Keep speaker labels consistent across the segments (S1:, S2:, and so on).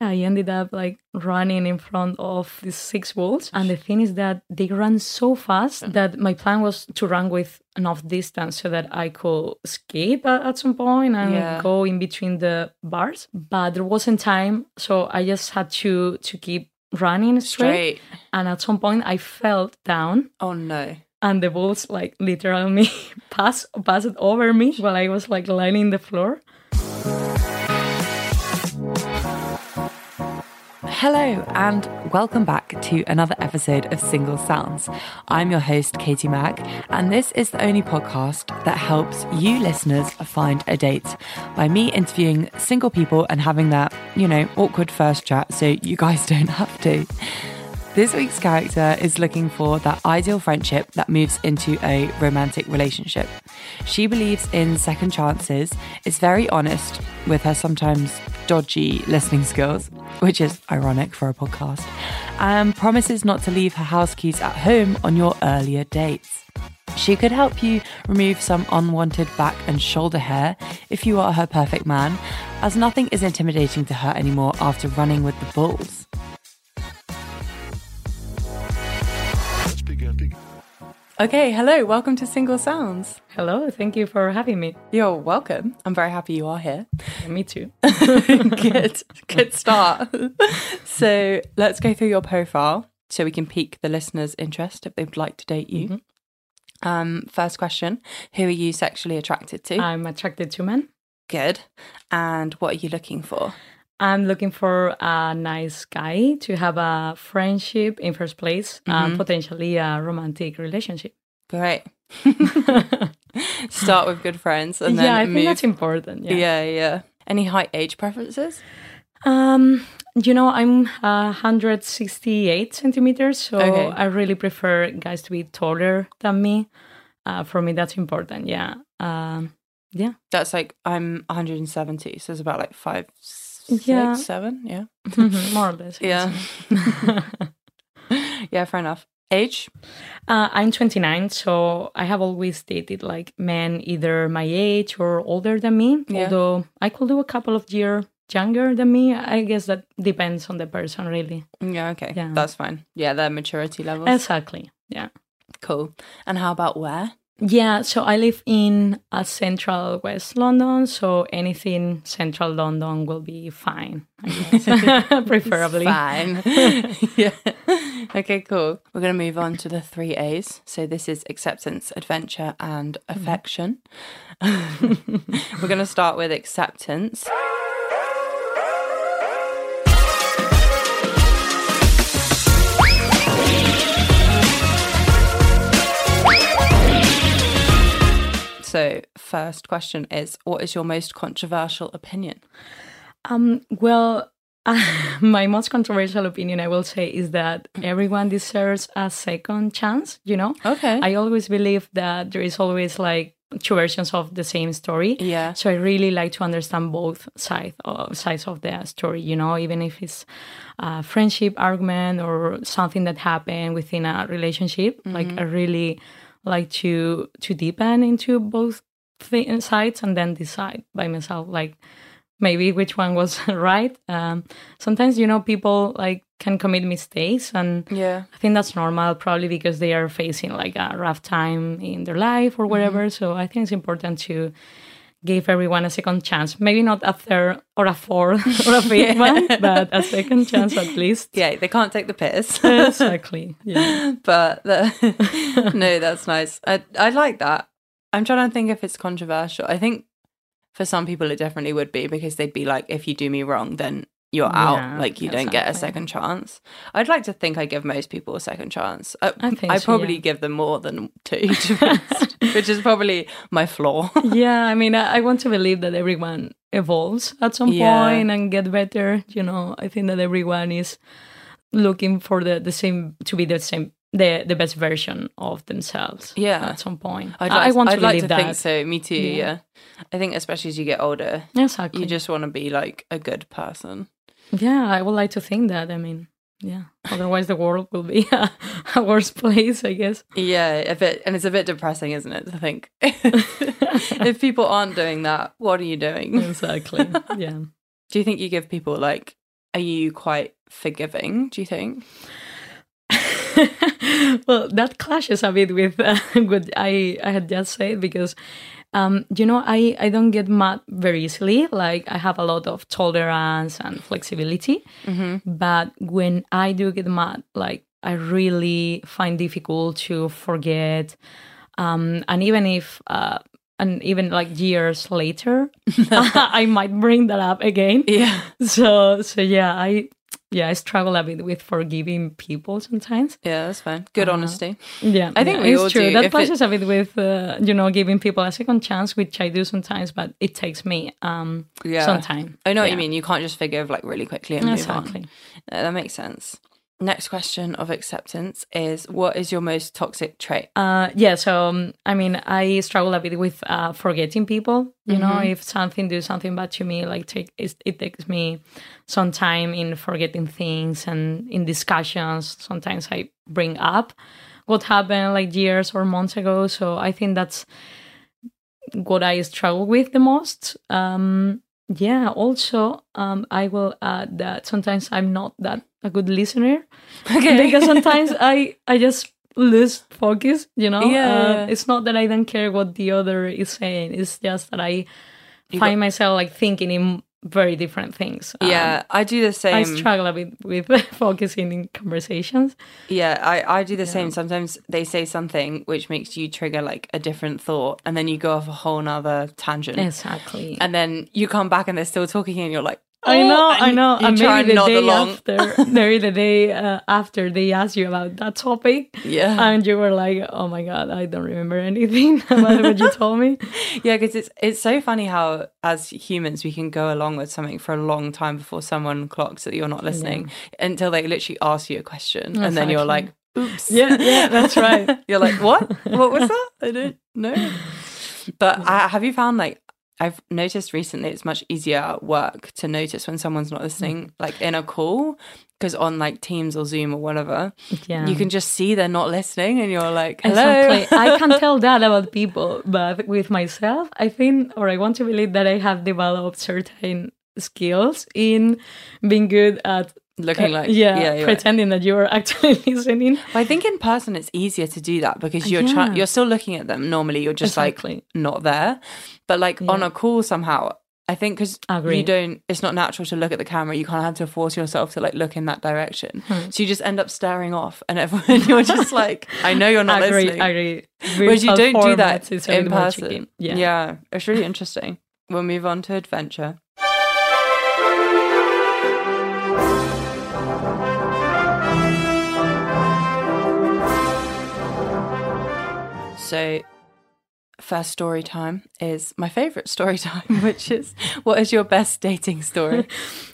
S1: I ended up like running in front of these six Uh-huh. wolves. And the thing is that they ran so fast that my plan was to run with enough distance so that I could escape at, at some point and
S2: Yeah.
S1: go in between the bars. But there wasn't time, so I just had to to keep running straight.
S2: Straight.
S1: And at some point, I fell down
S2: Oh no.
S1: and the balls like literally me pass passed over me while I was like lying in the floor.
S2: Hello, and welcome back to another episode of Single Sounds. I'm your host, Katie Mack, and this is the only podcast that helps you listeners find a date by me interviewing single people and having that, you know, awkward first chat so you guys don't have to. This week's character is looking for that ideal friendship that moves into a romantic relationship. She believes in second chances, is very honest with her sometimes dodgy listening skills, which is ironic for a podcast, and promises not to leave her house keys at home on your earlier dates. She could help you remove some unwanted back and shoulder hair if you are her perfect man, as nothing is intimidating to her anymore after running with the bulls. Okay, hello, welcome to Single Sounds.
S1: Hello, thank you for having me.
S2: You're welcome. I'm very happy you are here.
S1: Me too.
S2: good, good start. so let's go through your profile so we can pique the listeners' interest if they would like to date you.
S1: Mm-hmm.
S2: Um, first question Who are you sexually attracted to?
S1: I'm attracted to men.
S2: good. And what are you looking for?
S1: I'm looking for a nice guy to have a friendship in first place and potentially a romantic relationship.
S2: Great. Start with good friends and then
S1: yeah, I
S2: move.
S1: think that's important. Yeah.
S2: yeah, yeah. Any height age preferences?
S1: Um, you know, I'm uh, 168 centimeters, so
S2: Okay.
S1: I really prefer guys to be taller than me. Uh, for me, that's important. Yeah. Um, yeah.
S2: That's like I'm 170, so it's about like five, six,
S1: Yeah.
S2: seven, yeah.
S1: Mhm, More or less. I would
S2: Yeah.
S1: say.
S2: yeah, fair enough. Age?
S1: Uh, I'm 29, so I have always dated like men either my age or older than me.
S2: Yeah.
S1: Although I could do a couple of years younger than me. I guess that depends on the person, really.
S2: Yeah, okay.
S1: Yeah.
S2: That's fine. Yeah, their maturity levels.
S1: Exactly. Yeah.
S2: cool. And how about where?
S1: Yeah, so I live in uh, central West London, so anything central London will be fine, I guess. Preferably.
S2: Fine. yeah. Okay, cool. We're going to move on to the three A's. So this is acceptance, adventure, and affection. We're going to start with acceptance. So, first question is What is your most controversial opinion?
S1: Um, well, my most controversial opinion, I will say, is that everyone deserves a second chance, you know?
S2: Okay.
S1: I always believe that there is always like two versions of the same story.
S2: yeah.
S1: So I really like to understand both sides of, sides of the story, you know, even if it's a friendship argument or something that happened within a relationship.
S2: Mm-hmm.
S1: Like I really like to to deepen into both th- sides and then decide by myself, like maybe which one was right. Um, sometimes you know people like can commit mistakes and
S2: Yeah.
S1: I think that's normal, probably because they are facing like a rough time in their life or whatever. So I think it's important to give everyone a second chance. Maybe not a third or a fourth or a fifth one, but a second chance at least.
S2: Yeah, they can't take the piss.
S1: Exactly. Yeah.
S2: but the, no, that's nice. I I like that. I'm trying to think if it's controversial. I think for some people it definitely would be because they'd be like, if you do me wrong, then you're
S1: Yeah,
S2: out. Like you don't get a
S1: exactly.
S2: second chance. I'd like to think I give most people a second chance. I,
S1: I think so,
S2: probably
S1: yeah.
S2: give them more than two, to be honest, which is probably my flaw.
S1: Yeah. I mean, I, I want to believe that everyone evolves at some
S2: Yeah.
S1: point and get better. You know, I think that everyone is looking for the, the same to be the same the the best version of themselves.
S2: Yeah.
S1: At some point.
S2: I'd
S1: I-
S2: like,
S1: I want to
S2: I'd like
S1: believe
S2: to
S1: that.
S2: think so. Me too. Yeah. I think especially as you get older,
S1: Exactly.
S2: you just want to be like a good person.
S1: yeah, I would like to think that. I mean, yeah. Otherwise, the world will be a, a worse place, I guess.
S2: Yeah, a bit, and it's a bit depressing, isn't it, to think if people aren't doing that, what are you doing?
S1: Exactly. Yeah.
S2: Do you think you give people like Are you quite forgiving, do you think?
S1: well, that clashes a bit with uh, what I, I had just said because, um, you know, I, I don't get mad very easily. Like, I have a lot of tolerance and flexibility. But when I do get mad, like, I really find difficult to forget. Um, and even if, uh, and even like years later, I might bring that up again
S2: Yeah.
S1: so so yeah i yeah i struggle a bit with forgiving people sometimes
S2: Yeah, that's fine. Good honesty.
S1: yeah
S2: I think
S1: yeah,
S2: we
S1: it's
S2: all
S1: true
S2: do. If
S1: that
S2: it-
S1: clashes a bit with uh, you know giving people a second chance which i do sometimes but it takes me um
S2: Yeah.
S1: some time
S2: I know what
S1: Yeah.
S2: you mean. You can't just forgive like really quickly and move on.
S1: exactly
S2: Uh, that makes sense. Next question of acceptance is what is your most toxic trait?
S1: uh yeah so um, i mean i struggle a bit with uh forgetting people you
S2: Mm-hmm.
S1: know if something do something bad to me like take it, it takes me some time in forgetting things and in discussions sometimes i bring up what happened like years or months ago so i think that's what i struggle with the most um yeah also um i will add that sometimes i'm not that a good listener because sometimes I I just lose focus, you know.
S2: Yeah.
S1: Uh, it's not that I don't care what the other is saying. It's just that I find myself like thinking in very different things. Um,
S2: yeah, I do the same.
S1: I struggle a bit with focusing in conversations.
S2: Yeah, I, I do the same. Sometimes they say something which makes you trigger like a different thought, and then you go off a whole nother tangent.
S1: Exactly.
S2: And then you come back and they're still talking, and you're like,
S1: I
S2: "Oh,"
S1: know, I
S2: and
S1: know.
S2: You
S1: and
S2: try
S1: maybe
S2: and
S1: the
S2: nod
S1: day
S2: along.
S1: after, maybe the day uh, after they ask you about that topic,
S2: Yeah.
S1: and you were like, "Oh my god, I don't remember anything about what you told me."
S2: yeah, because it's it's so funny how as humans we can go along with something for a long time before someone clocks that you're not listening until they literally ask you a question, and then you're like,
S1: Exactly.
S2: "Oops."
S1: Yeah, yeah, that's right.
S2: You're like, what? What was that? I don't know. But I, have you found like I've noticed recently it's much easier at work to notice when someone's not listening, like in a call, because on like Teams or Zoom or whatever,
S1: Yeah.
S2: you can just see they're not listening, and you're like, hello.
S1: Um, Exactly. I can tell that about people, but with myself, I think, or I want to believe that I have developed certain skills in being good at
S2: Looking like
S1: yeah,
S2: you're right.
S1: pretending that you are actually listening.
S2: But I think in person it's easier to do that because you're try-
S1: Uh, yeah.
S2: you're still looking at them. Normally you're just like
S1: Exactly.
S2: not there, but like on a call somehow. I think because you
S1: Agree.
S2: don't, it's not natural to look at the camera. You kind of have to force yourself to like look in that direction.
S1: Hmm.
S2: So you just end up staring off, and everyone you're just like, I know you're not
S1: agree,
S2: listening.
S1: agree.
S2: Whereas you
S1: Virtual
S2: don't do that
S1: formats, it's a
S2: in
S1: bit more
S2: person.
S1: tricky. Yeah.
S2: yeah, it's really interesting. We'll move on to adventure. So, first story time is my favorite story time, which is what is your best dating story?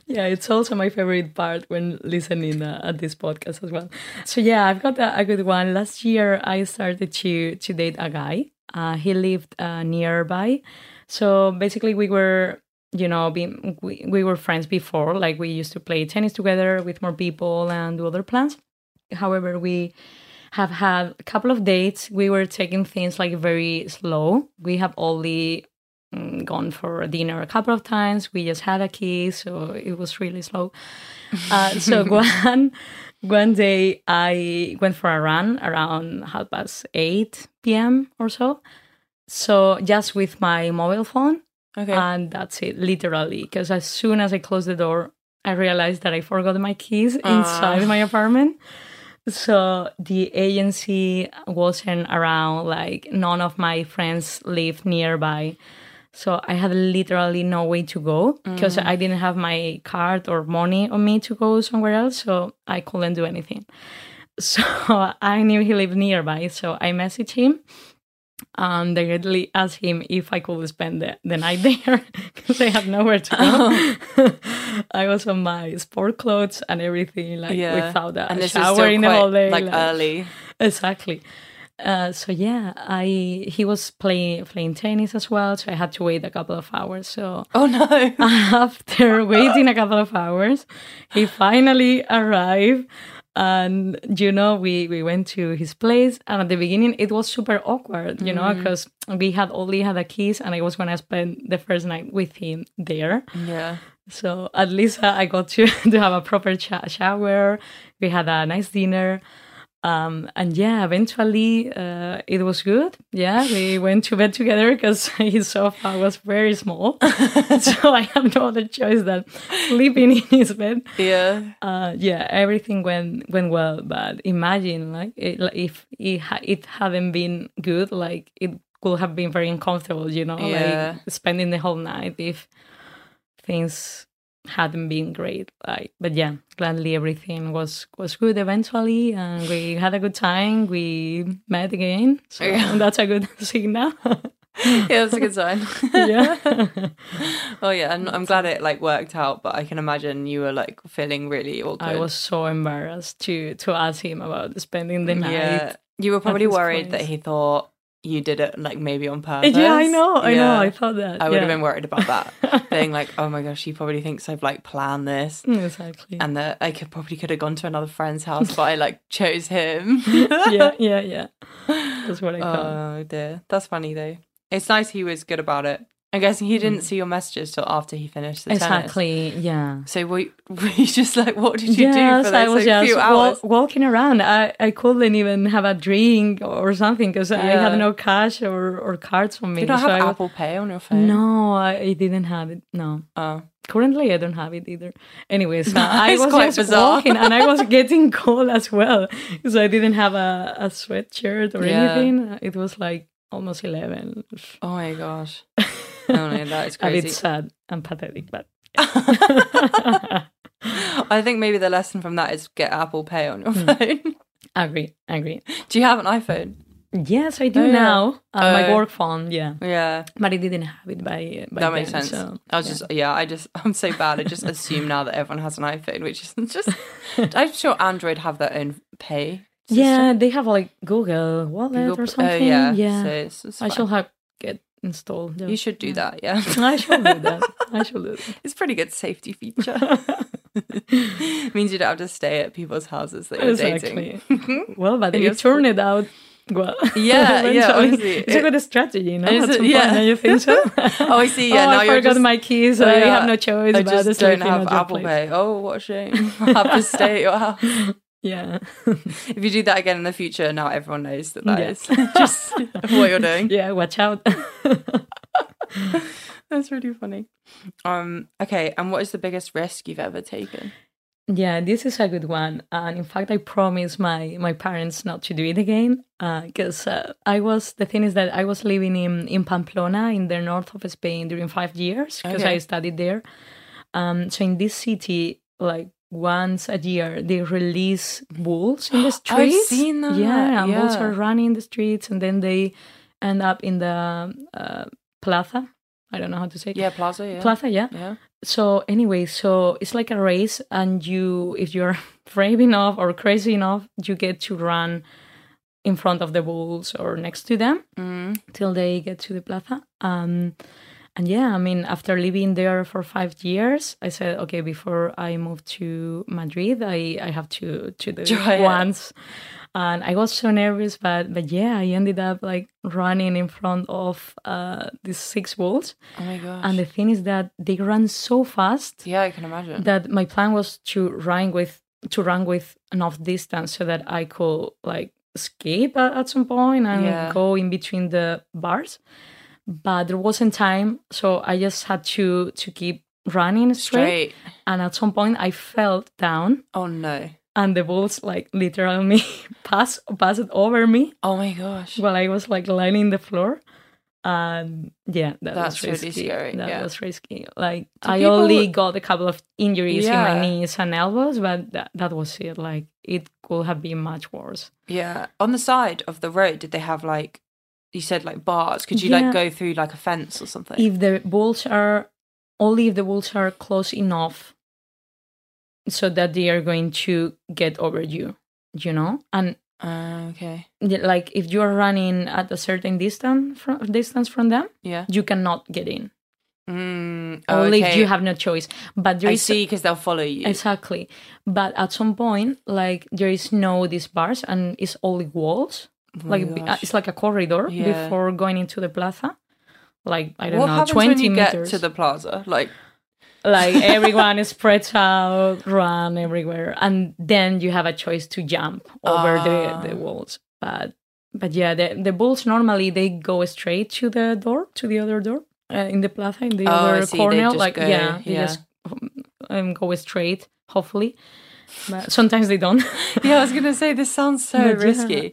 S1: Yeah, it's also my favorite part when listening uh, at this podcast as well. So yeah, I've got a, a good one. Last year, I started to to date a guy. Uh, he lived uh, nearby, so basically we were, you know, being, we we were friends before. Like we used to play tennis together with more people and do other plans. However, we have had a couple of dates. We were taking things like very slow. We have only mm, gone for dinner a couple of times. We just had a kiss, so it was really slow. Uh, so one one day I went for a run around half past eight p.m. or so. So just with my mobile phone,
S2: Okay.
S1: and that's it, literally. Because as soon as I closed the door, I realized that I forgot my keys inside my apartment. So the agency wasn't around, like, none of my friends lived nearby. So I had literally no way to go because I didn't have my card or money on me to go somewhere else. So I couldn't do anything. So I knew he lived nearby. So I messaged him and directly asked him if I could spend the, the night there because I had nowhere to go.
S2: Oh.
S1: I was on my sport clothes and everything, like
S2: yeah.
S1: without a
S2: and this is
S1: shower
S2: still
S1: in the
S2: quite,
S1: holiday.
S2: like early.
S1: Exactly. Uh, so yeah, I he was playing playing tennis as well, so I had to wait a couple of hours. So
S2: Oh no.
S1: after waiting a couple of hours, he finally arrived. And you know, we we went to his place, and at the beginning it was super awkward, you know, because we had only had a kiss, and I was gonna spend the first night with him there.
S2: yeah.
S1: So at least uh, I got to, to have a proper cha- shower. We had a nice dinner. Um, and yeah, eventually uh, it was good. Yeah, we went to bed together because his sofa was very small. so I had no other choice than sleeping in his bed.
S2: Yeah.
S1: Uh, yeah, everything went went well. But imagine like it, like, if it, ha- it hadn't been good, like it could have been very uncomfortable. You know,
S2: Yeah.
S1: like spending the whole night if things hadn't been great like but yeah gladly everything was was good eventually and we had a good time we met again so
S2: Yeah.
S1: that's a good signal
S2: Yeah, that's a good sign.
S1: yeah
S2: oh yeah, I'm, I'm glad it like worked out, but I can imagine you were like feeling really awkward.
S1: i was so embarrassed to to ask him about spending the night
S2: Yeah. You were probably
S1: his
S2: worried that
S1: place.
S2: he thought you did it like maybe on purpose.
S1: yeah i know i know
S2: Yeah.
S1: i thought that
S2: I would
S1: yeah.
S2: have been worried about that. Being like, oh my gosh, he probably thinks I've like planned this.
S1: Exactly.
S2: And that I could probably could have gone to another friend's house, but I like chose him.
S1: yeah, yeah, yeah. Uh, That's what I thought.
S2: Oh dear. That's funny though. It's nice he was good about it. I guess he didn't see your messages till after he finished the tennis.
S1: Mm. exactly. Yeah.
S2: So were you, were you just like, what did you do
S1: Yes,
S2: for
S1: I
S2: those
S1: was
S2: like,
S1: just
S2: few
S1: wa-
S2: hours?
S1: walking around. I, I couldn't even have a drink or something because I
S2: Yeah.
S1: had no cash or, or cards on me.
S2: Do you not
S1: so
S2: have
S1: I was-
S2: Apple Pay on your phone?
S1: no, I, I didn't have it. No.
S2: Oh.
S1: Currently, I don't have it either. Anyways, uh, I
S2: is
S1: was
S2: quite
S1: just
S2: bizarre.
S1: walking and I was getting cold as well. So I didn't have a, a sweatshirt or
S2: Yeah.
S1: anything. It was like almost 11.
S2: Oh my gosh. Oh no, that is
S1: a bit
S2: crazy.
S1: sad and pathetic, but
S2: I think maybe the lesson from that is get Apple Pay on your
S1: Hmm.
S2: phone.
S1: agree, agree.
S2: do you have an iPhone?
S1: Yes, I do
S2: Oh, yeah.
S1: now. Uh, my
S2: Oh.
S1: work phone, yeah,
S2: Yeah.
S1: but I didn't have it by, by
S2: that makes
S1: then,
S2: sense.
S1: so,
S2: I was
S1: yeah.
S2: just yeah, I just I'm so bad. I just assume now that everyone has an iPhone, which is just I'm sure Android have their own pay. system.
S1: yeah, they have like Google Wallet
S2: Google-
S1: or something.
S2: Oh, yeah.
S1: yeah,
S2: So it's, it's
S1: I
S2: fine.
S1: shall have get installed.
S2: You should do that, yeah.
S1: I shall do that. I shall do that.
S2: It's a pretty good safety feature. means you don't have to stay at people's houses that you're dating.
S1: Exactly. well, but
S2: And
S1: you
S2: you're-
S1: turned it out well.
S2: Yeah, yeah,
S1: eventually.
S2: honestly.
S1: it's a good strategy, you know.
S2: Is
S1: at
S2: it-
S1: some
S2: yeah.
S1: point, don't you think so?
S2: Oh, I see. Yeah,
S1: oh,
S2: now
S1: I
S2: you're
S1: forgot
S2: just,
S1: my keys.
S2: Oh,
S1: I
S2: yeah.
S1: have no choice.
S2: I
S1: but
S2: just
S1: just
S2: don't
S1: leave him
S2: have
S1: at your
S2: Apple
S1: place.
S2: Pay. Oh, what a shame! have to stay at your house.
S1: Yeah.
S2: If you do that again in the future, now everyone knows that that
S1: Yeah.
S2: is just what you're doing.
S1: Yeah, watch out.
S2: That's really funny. Um. Okay. And what is the biggest risk you've ever taken?
S1: yeah, this is a good one. And in fact, I promised my, my parents not to do it again. Because uh, I was, the thing is that I was living in, in Pamplona in the north of Spain during five years because
S2: Okay.
S1: I studied there. Um, so in this city, like once a year, they release bulls in the streets.
S2: seen that,
S1: Yeah, and bulls
S2: yeah.
S1: are running in the streets and then they end up in the uh, plaza. I don't know how to say it.
S2: Yeah, Plaza. Yeah.
S1: Plaza, yeah.
S2: yeah.
S1: so anyway so it's like a race and you if you're brave enough or crazy enough you get to run in front of the bulls or next to them
S2: Mm.
S1: till they get to the plaza um and yeah i mean after living there for five years i said okay before i move to madrid i i have to to do
S2: Try
S1: it
S2: it.
S1: once and i was so nervous but but yeah i ended up like running in front of uh these six bulls
S2: Oh my gosh.
S1: and the thing is that they run so fast
S2: yeah, I can imagine.
S1: that my plan was to run with to run with enough distance so that I could like escape at, at some point and
S2: Yeah.
S1: go in between the bars. But there wasn't time, so I just had to to keep running straight.
S2: Straight.
S1: And at some point, I fell down,
S2: Oh no.
S1: and the balls like literally passed passed over me
S2: Oh my gosh.
S1: while I was like lying in the floor. And yeah, that
S2: That's
S1: was
S2: really
S1: risky.
S2: scary,
S1: That
S2: yeah.
S1: was risky. Like
S2: Do
S1: I
S2: people-
S1: only got a couple of injuries in
S2: Yeah.
S1: my knees and elbows, but that, that was it. Like it could have been much worse.
S2: Yeah. On the side of the road, did they have like? You said like bars. Could you
S1: Yeah. E-
S2: like go through like a fence or something?
S1: If the walls are only if the walls are close enough so that they are going to get over you, you know? And
S2: Uh, okay.
S1: yeah, like if you are running at a certain distance from distance from them,
S2: Yeah.
S1: you cannot get in.
S2: Mm,
S1: Only if
S2: okay.
S1: you have no choice. But there
S2: I
S1: is
S2: see, because they'll follow you.
S1: Exactly. But at some point, like there is no these bars and it's only walls.
S2: Oh my
S1: like b-
S2: gosh.
S1: it's like a corridor
S2: Yeah.
S1: before going into the plaza. Like I don't
S2: what
S1: know,
S2: happens
S1: twenty
S2: when you
S1: meters.
S2: get to the plaza? Like,
S1: like everyone spreads out, run everywhere, and then you have a choice to jump over the, the
S2: Ah.
S1: walls. But but yeah, the the bulls normally they go straight to the door, to the other door uh, in the plaza, in the
S2: Oh, I
S1: other
S2: see, they
S1: corner.
S2: just
S1: Like
S2: go,
S1: yeah, they
S2: yeah.
S1: just um, um, go straight. Hopefully, but sometimes they don't.
S2: yeah, I was gonna say this sounds so
S1: But yeah.
S2: risky.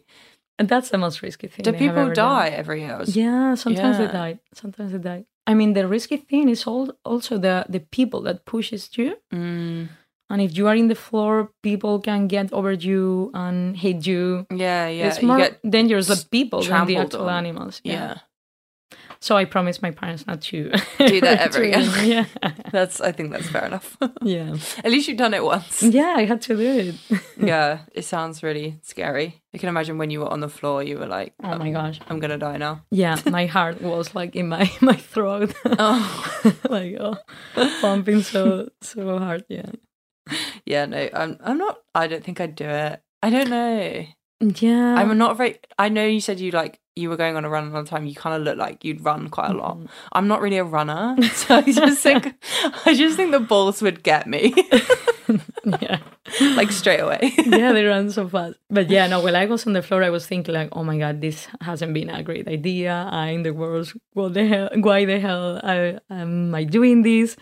S1: And that's the most risky thing.
S2: Do
S1: they have
S2: people
S1: ever done.
S2: die every year? or
S1: Yeah, sometimes
S2: Yeah.
S1: they die. Sometimes they die. I mean, the risky thing is al- also the the people that pushes you.
S2: Mm,
S1: And if you are in the floor, people can get over you and hit you.
S2: yeah, yeah.
S1: it's
S2: you
S1: more
S2: get-
S1: dangerous the people than the
S2: trampled
S1: actual
S2: on.
S1: animals.
S2: yeah.
S1: So I promised my parents not to
S2: Do that ever
S1: to-
S2: again.
S1: Yeah.
S2: That's I think that's fair enough.
S1: Yeah.
S2: At least you've done it once.
S1: Yeah, I had to do it.
S2: yeah, it sounds really scary. I can imagine when you were on the floor, you were like, "Um,
S1: Oh my gosh.
S2: I'm gonna die now.
S1: Yeah, my heart was like in my my throat.
S2: Oh,
S1: like oh, pumping so so hard, yeah.
S2: yeah, no, I'm. I'm not. I don't think I'd do it. I don't know.
S1: Yeah.
S2: I'm not very. I know you said you like you were going on a run another time. You kind of look like you'd run quite a
S1: Mm-hmm.
S2: lot. I'm not really a runner, so I just think I just think the balls would get me
S1: yeah.
S2: like straight away.
S1: yeah, they run so fast. But yeah, no, when I was on the floor, I was thinking like, oh my god, this hasn't been a great idea. I in the world, what the hell? Why the hell I, am I doing this?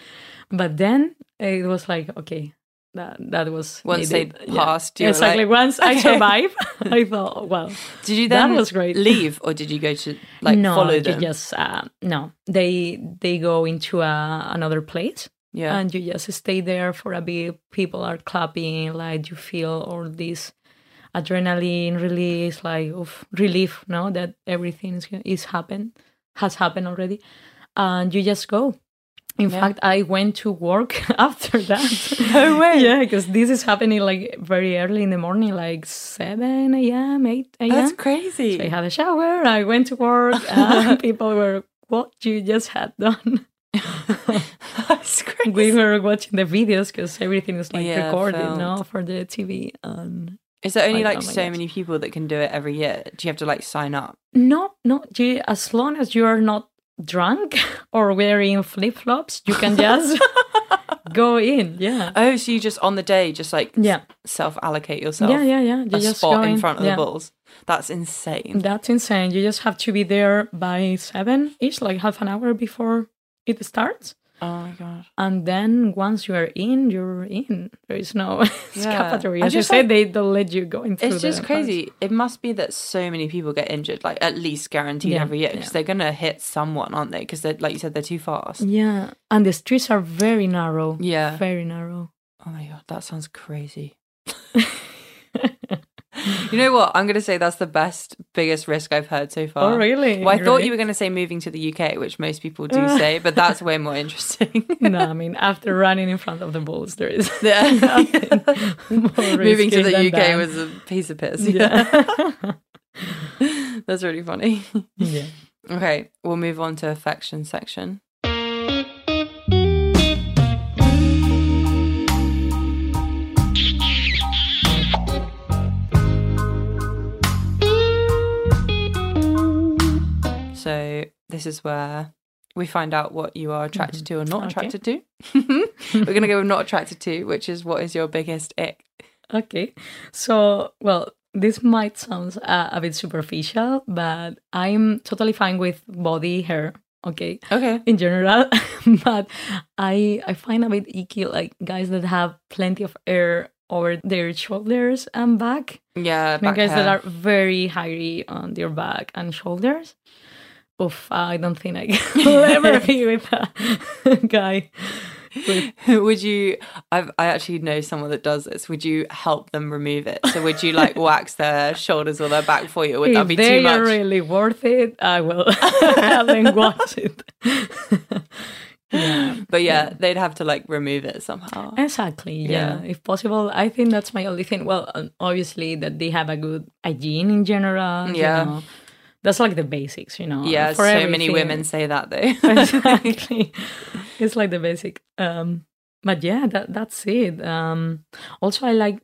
S1: But then it was like, okay, that that was
S2: Once they
S1: needed. Yeah.
S2: passed, you were
S1: Exactly.
S2: like,
S1: Once I
S2: okay.
S1: survived, I thought, oh, well,
S2: Did you
S1: That
S2: then
S1: was great.
S2: leave, or did you go to like
S1: no,
S2: follow
S1: you
S2: them?
S1: just uh, no. They they go into a, another place,
S2: Yeah.
S1: and you just stay there for a bit. People are clapping, like you feel all this adrenaline release, like of relief, no, that everything is is happened, has happened already, and you just go. In
S2: Yeah.
S1: fact, I went to work after that.
S2: No way.
S1: yeah, because this is happening like very early in the morning, like seven a.m., eight a.m.
S2: That's crazy.
S1: I had a shower. I went to work. Uh, people were what you just had done.
S2: That's crazy.
S1: We were watching the videos because everything is like
S2: Yeah,
S1: recorded
S2: filmed.
S1: now for the TV. And
S2: Is there only
S1: Like,
S2: like
S1: oh my
S2: so
S1: God.
S2: many people that can do it every year? Do you have to like sign up?
S1: no, no, you, as long as you are not drunk or wearing flip flops, you can just go in. Yeah.
S2: Oh, so you just on the day just like
S1: Yeah.
S2: self allocate yourself
S1: Yeah, yeah, yeah. You
S2: a
S1: just
S2: spot
S1: go
S2: in
S1: in.
S2: front of
S1: Yeah.
S2: the balls. That's insane.
S1: That's insane. You just have to be there by seven ish, like half an hour before it starts.
S2: Oh my god.
S1: and then once you are in, you're in. There is no escapatory.
S2: I
S1: As you
S2: just
S1: said,
S2: like-
S1: they don't let you go in. Through
S2: It's just
S1: the
S2: crazy. It must be that so many people get injured, like at least guaranteed
S1: Yeah,
S2: every year, because
S1: yeah.
S2: they're gonna hit someone, aren't they? Because they're like you said, they're too
S1: parts.
S2: fast.
S1: Yeah, and the streets are very narrow.
S2: Yeah.
S1: very narrow.
S2: Oh my god, that sounds crazy. you know what? I'm gonna say that's the best, biggest risk I've heard so far.
S1: Oh, really?
S2: Uh, Well, I thought
S1: Great.
S2: you were going to say moving to the UK, which most people do say, but that's way more interesting.
S1: no, I mean after running in front of the bulls, there is
S2: Yeah. moving
S1: moving
S2: to the UK was a piece of piss. Yeah. that's really funny.
S1: yeah.
S2: Okay, we'll move on to affection section. So this is where we find out what you are attracted to or not
S1: Okay.
S2: attracted to. We're gonna go with not attracted to, which is what is your biggest ick?
S1: Okay. So, well, this might sound uh, a bit superficial, but I'm totally fine with body hair. Okay.
S2: Okay.
S1: in general but i i find a bit icky like guys that have plenty of air over their shoulders and back
S2: Yeah.
S1: I mean,
S2: back
S1: guys that
S2: hair.
S1: are very hairy on their back and shoulders Oof, I don't think I will ever be with a guy. With,
S2: would you I've, i actually know someone that does this would you help them remove it so would you like wax their shoulders or their back for you would that
S1: if
S2: be
S1: they
S2: too much
S1: are really worth it, I will have them watch it. yeah.
S2: but yeah, they'd have to like remove it somehow
S1: Exactly. Yeah.
S2: Yeah.
S1: If possible, I think that's my only thing. Well, um, obviously that they have a good hygiene in general. you
S2: Yeah.
S1: know. That's like the basics, you know.
S2: yeah so
S1: for
S2: many
S1: everything.
S2: women say that though
S1: exactly. It's like the basic. Um, but yeah, that that's it. Um, also, I like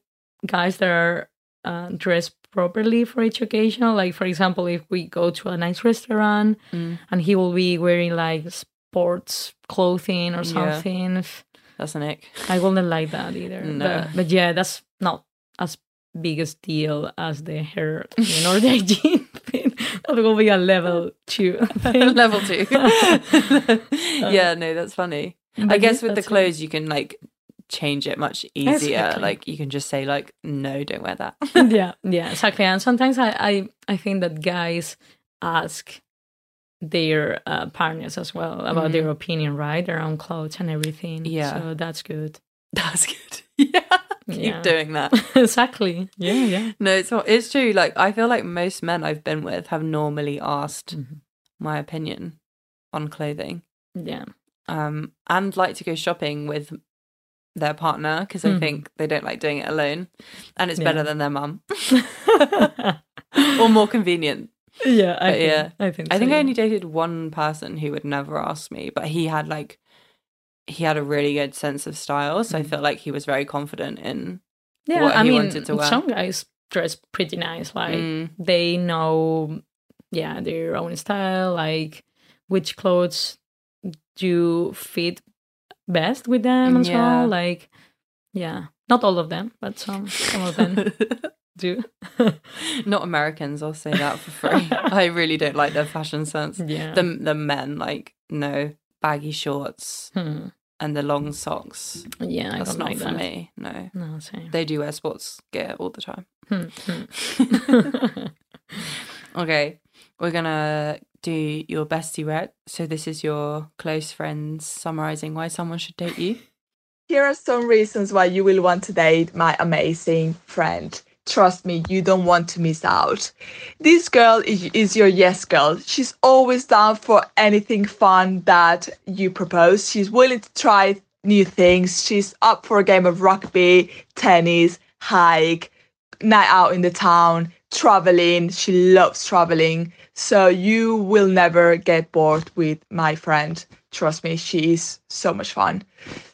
S1: guys that are uh, dressed properly for each occasion. Like, for example, if we go to a nice restaurant
S2: Mm.
S1: and he will be wearing like sports clothing or
S2: Yeah.
S1: something.
S2: That's an ick.
S1: I wouldn't like that either.
S2: No.
S1: But, but yeah, that's not as big a deal as the hair thing or the hygiene thing. That will be a level two thing.
S2: Level two. yeah, no, that's funny. I
S1: But
S2: guess
S1: yeah,
S2: with the
S1: that's it.
S2: clothes, you can like change it much easier.
S1: Exactly.
S2: Like you can just say like, no, don't wear that.
S1: yeah, yeah, exactly. And sometimes I, I, I think that guys ask their uh, partners as well about their opinion, right, around clothes and everything.
S2: Mm-hmm. Yeah.
S1: so that's good.
S2: that's good. Yeah, keep
S1: Yeah.
S2: doing that.
S1: exactly. Yeah, yeah.
S2: No, it's not. It's true. Like I feel like most men I've been with have normally asked
S1: Mm-hmm.
S2: my opinion on clothing,
S1: Yeah,
S2: um, and like to go shopping with their partner because I think they don't like doing it alone, and it's
S1: Hmm. Yeah.
S2: better than their mum or more convenient.
S1: yeah. I
S2: But
S1: think,
S2: yeah.
S1: I think.
S2: I
S1: so,
S2: think I
S1: yeah.
S2: only dated one person who would never ask me, but he had like he had a really good sense of style, so
S1: Mm.
S2: I felt like he was very confident in.
S1: yeah,
S2: what
S1: I
S2: he
S1: mean,
S2: wanted to wear.
S1: some guys dress pretty nice. Like
S2: Mm.
S1: they know, yeah, their own style. Like which clothes do fit best with them as
S2: Yeah.
S1: well. Like, yeah, not all of them, but some some of them do.
S2: Not Americans, I'll say that for free. I really don't like their fashion sense.
S1: Yeah.
S2: The the men like no baggy shorts
S1: Hmm.
S2: and the long socks.
S1: Yeah, I
S2: That's
S1: don't
S2: not
S1: like
S2: for
S1: that.
S2: me. No,
S1: No, same.
S2: they do wear sports gear all the time.
S1: Hmm, hmm.
S2: Okay, we're gonna do your bestie rec. So this is your close friends summarizing why someone should date you.
S3: Here are some reasons why you will want to date my amazing friend. Trust me, you don't want to miss out. This girl is, is your yes girl. She's always down for anything fun that you propose. She's willing to try new things. She's up for a game of rugby, tennis, hike, night out in the town, traveling. She loves traveling. So you will never get bored with my friend. Trust me, she is so much fun.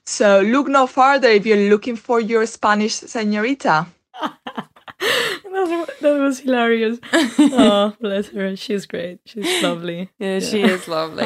S3: So look no further if you're looking for your Spanish señorita.
S1: that, was, that was hilarious. oh, bless her. She's great. She's lovely.
S2: Yeah, she is lovely.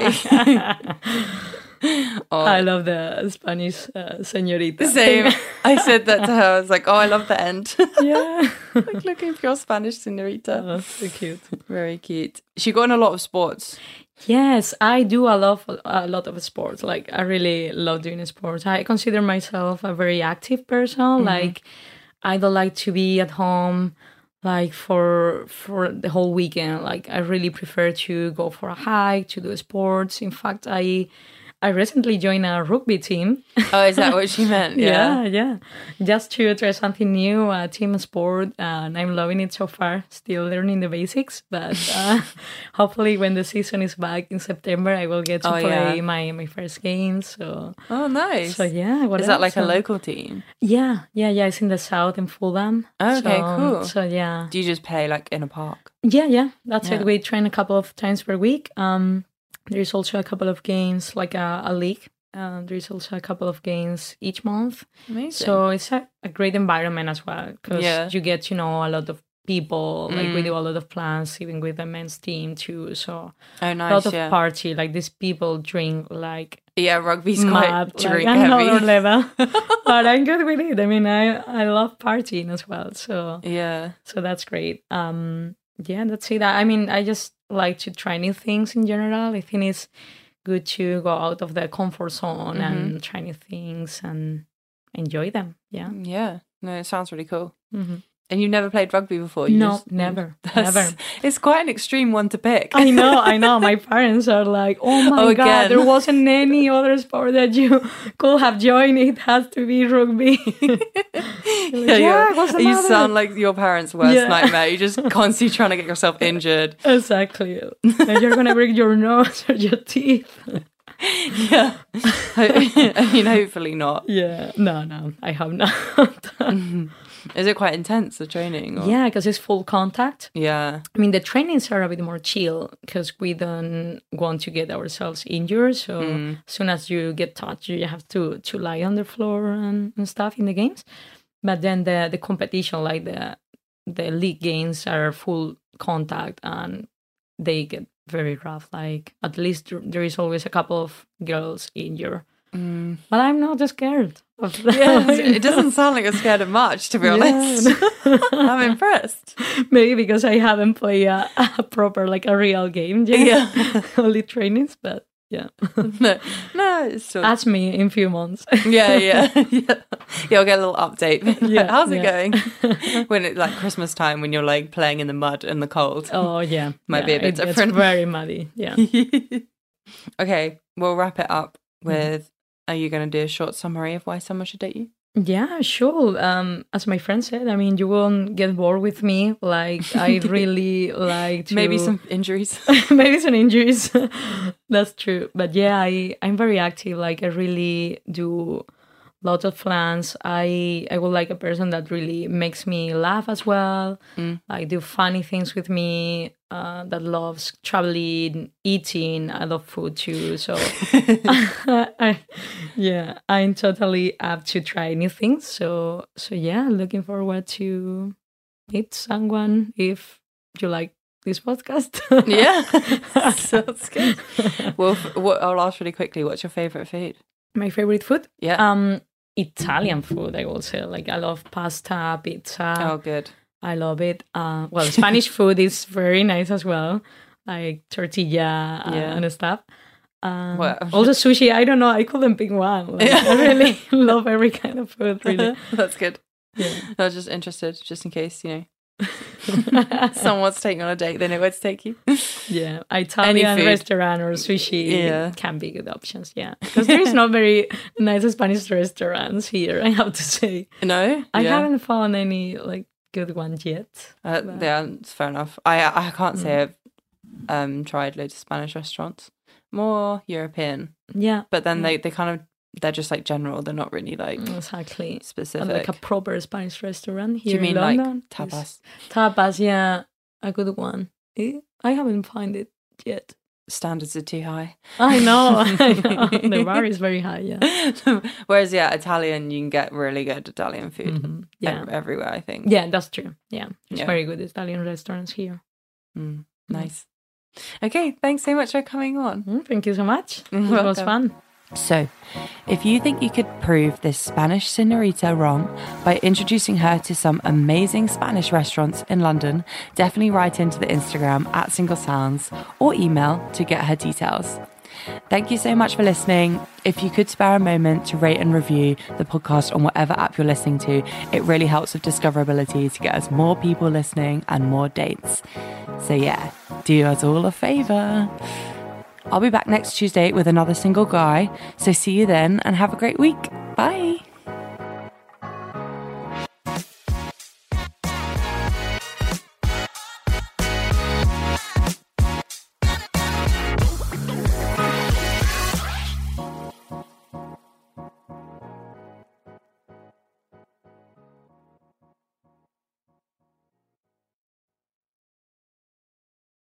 S2: oh,
S1: I love the Spanish uh, señorita.
S2: same.
S1: thing.
S2: I said that to her. I was like, oh, I love the end.
S1: yeah.
S2: like looking for your Spanish senorita.
S1: Oh, so cute.
S2: Very cute. She got in a lot of sports.
S1: Yes, I do a lot, a lot of sports. Like I really love doing sports. I consider myself a very active person. Like I don't like to be at home like for for the whole weekend. Like I really prefer to go for a hike, to do sports. In fact, I I recently joined a rugby team.
S2: Oh, is that what she meant?
S1: yeah, yeah. Just to try something new, uh, team sport, uh, and I'm loving it so far. Still learning the basics, but uh, hopefully, when the season is back in September, I will get to
S2: Oh,
S1: play
S2: yeah.
S1: my my first game. So,
S2: Oh, nice.
S1: so yeah. What
S2: is that
S1: else?
S2: like a
S1: Um,
S2: local team?
S1: Yeah, yeah, yeah. It's in the south in Fulham.
S2: Okay,
S1: so,
S2: cool.
S1: So yeah,
S2: Do you just play like in a park?
S1: yeah, yeah. That's
S2: Yeah.
S1: it. We train a couple of times per week. Um, there's also a couple of games like a, a league. Uh, there's also a couple of games each month.
S2: Amazing.
S1: So it's a, a great environment as well because
S2: Yeah. Mm.
S1: you get to know a lot of people. Like we do a lot of plans, even with the men's team too. So
S2: oh,
S1: a lot
S2: nice.
S1: of
S2: Yeah.
S1: party. Like these people drink like
S2: yeah, rugby's quite
S1: mad, like
S2: drink
S1: another
S2: heavy.
S1: level. but I'm good with it. I mean, I I love partying as well. So
S2: Yeah.
S1: so that's great. Um, yeah, that's it. I I mean, I just like to try new things in general. I think it's good to go out of the comfort zone
S2: Mm-hmm.
S1: and try new things and enjoy them. Yeah.
S2: Um, Yeah. No, it sounds really cool.
S1: Mm-hmm.
S2: And you've never played rugby before? You
S1: no,
S2: just-
S1: never,
S2: That's-
S1: never.
S2: It's quite an extreme one to pick.
S1: I know, I know. My parents are like, "Oh my
S2: Oh,
S1: god, there
S2: again.
S1: wasn't any other sport that you could have joined. It has to be rugby."
S2: Yeah,
S1: Yeah,
S2: you're-
S1: what's the
S2: you
S1: matter?
S2: sound like your parents' worst
S1: Yeah.
S2: nightmare. You're just constantly trying to get yourself injured.
S1: exactly. And you're gonna break your nose or your teeth.
S2: Yeah. I, I mean, hopefully not.
S1: Yeah. No, no, I have not.
S2: Mm. Is it quite intense, the training? Or?
S1: yeah, because it's full contact.
S2: Yeah.
S1: I mean, the trainings are a bit more chill because we don't want to get ourselves injured. So
S2: Mm-hmm.
S1: as soon as you get touched, you have to to lie on the floor and, and stuff in the games. But then the the competition, like the the league games, are full contact and they get very rough. Like at least there there is always a couple of girls injured But I'm not scared. Of
S2: Mm. it doesn't sound like you're scared of much, to be honest. I'm impressed.
S1: Maybe because I haven't played a, a proper, like a real game yet.
S2: Yeah.
S1: Only trainings, but yeah.
S2: No, no, it's still.
S1: Ask me in few months.
S2: yeah, yeah, yeah. You'll get a little update.
S1: Yeah,
S2: how's it
S1: yeah.
S2: going? when it's like Christmas time, when you're like playing in the mud and the cold.
S1: oh yeah.
S2: Might be a
S1: Yeah,
S2: bit
S1: it gets
S2: different.
S1: very muddy. Yeah.
S2: okay, we'll wrap it up with. Are you going to do a short summary of why someone should date you?
S1: Yeah, sure. Um, as my friend said, I mean, you won't get bored with me. Like, I really like to
S2: Maybe some injuries.
S1: maybe some injuries. That's true. But yeah, I I'm very active. Like, I really do lots of plans. I I would like a person that really makes me laugh as well. Like, do funny things with me. Uh, that loves traveling, eating. I love food too. So. I, yeah, I'm totally up to try new things. So so yeah, looking forward to meet someone if you like this podcast.
S2: yeah, sounds good. Well, f- what, I'll ask really quickly. What's your favorite food?
S1: My favorite food?
S2: Yeah.
S1: Um Italian food, I will say. Like I love pasta, pizza.
S2: oh, good.
S1: I love it. Uh, well, Spanish food is very nice as well, like tortilla uh,
S2: Yeah.
S1: and stuff. Um,
S2: Wow.
S1: Also sushi. I don't know. I couldn't pick one. Like, I really love every kind of food. Really.
S2: That's good. I was just interested, just in case you know someone wants to take you on a date, they know where to take you.
S1: Yeah, Italian
S2: food.
S1: restaurant or sushi
S2: Yeah.
S1: can be good options. Yeah, because there is not very nice Spanish restaurants here. I have to say,
S2: No,
S1: I
S2: Yeah.
S1: haven't found any like good ones yet.
S2: Uh, yeah, it's fair enough. I I can't say I've um, tried loads of Spanish restaurants. More European,
S1: Yeah,
S2: but then
S1: Mm.
S2: they they kind of they're just like general. They're not really like
S1: exactly.
S2: specific.
S1: Like a proper Spanish restaurant
S2: Do
S1: here
S2: you mean
S1: in
S2: like
S1: London. is-
S2: tapas?
S1: Tapas, yeah, a good one. Eh, I haven't found it yet.
S2: Standards are too high.
S1: I know, I know. the bar is very high. Yeah,
S2: Whereas yeah, Italian you can get really good Italian food
S1: Mhm.
S2: ev-
S1: yeah,
S2: everywhere. I think.
S1: yeah. That's true. Yeah, there's
S2: Yeah.
S1: very good Italian restaurants here.
S2: Mm, nice. Okay, thanks so much for coming on.
S1: Mm, Thank you so much. It
S2: You're
S1: was
S2: welcome.
S1: fun.
S2: So,
S4: If you think you could prove this Spanish senorita wrong by introducing her to some amazing Spanish restaurants in London, definitely write into the Instagram at Single Sounds or email to get her details. Thank you so much for listening. If you could spare a moment to rate and review the podcast on whatever app you're listening to, it really helps with discoverability to get us more people listening and more dates. So, yeah, do us all a favor. I'll be back next Tuesday with another single guy. So see you then and have a great week. Bye.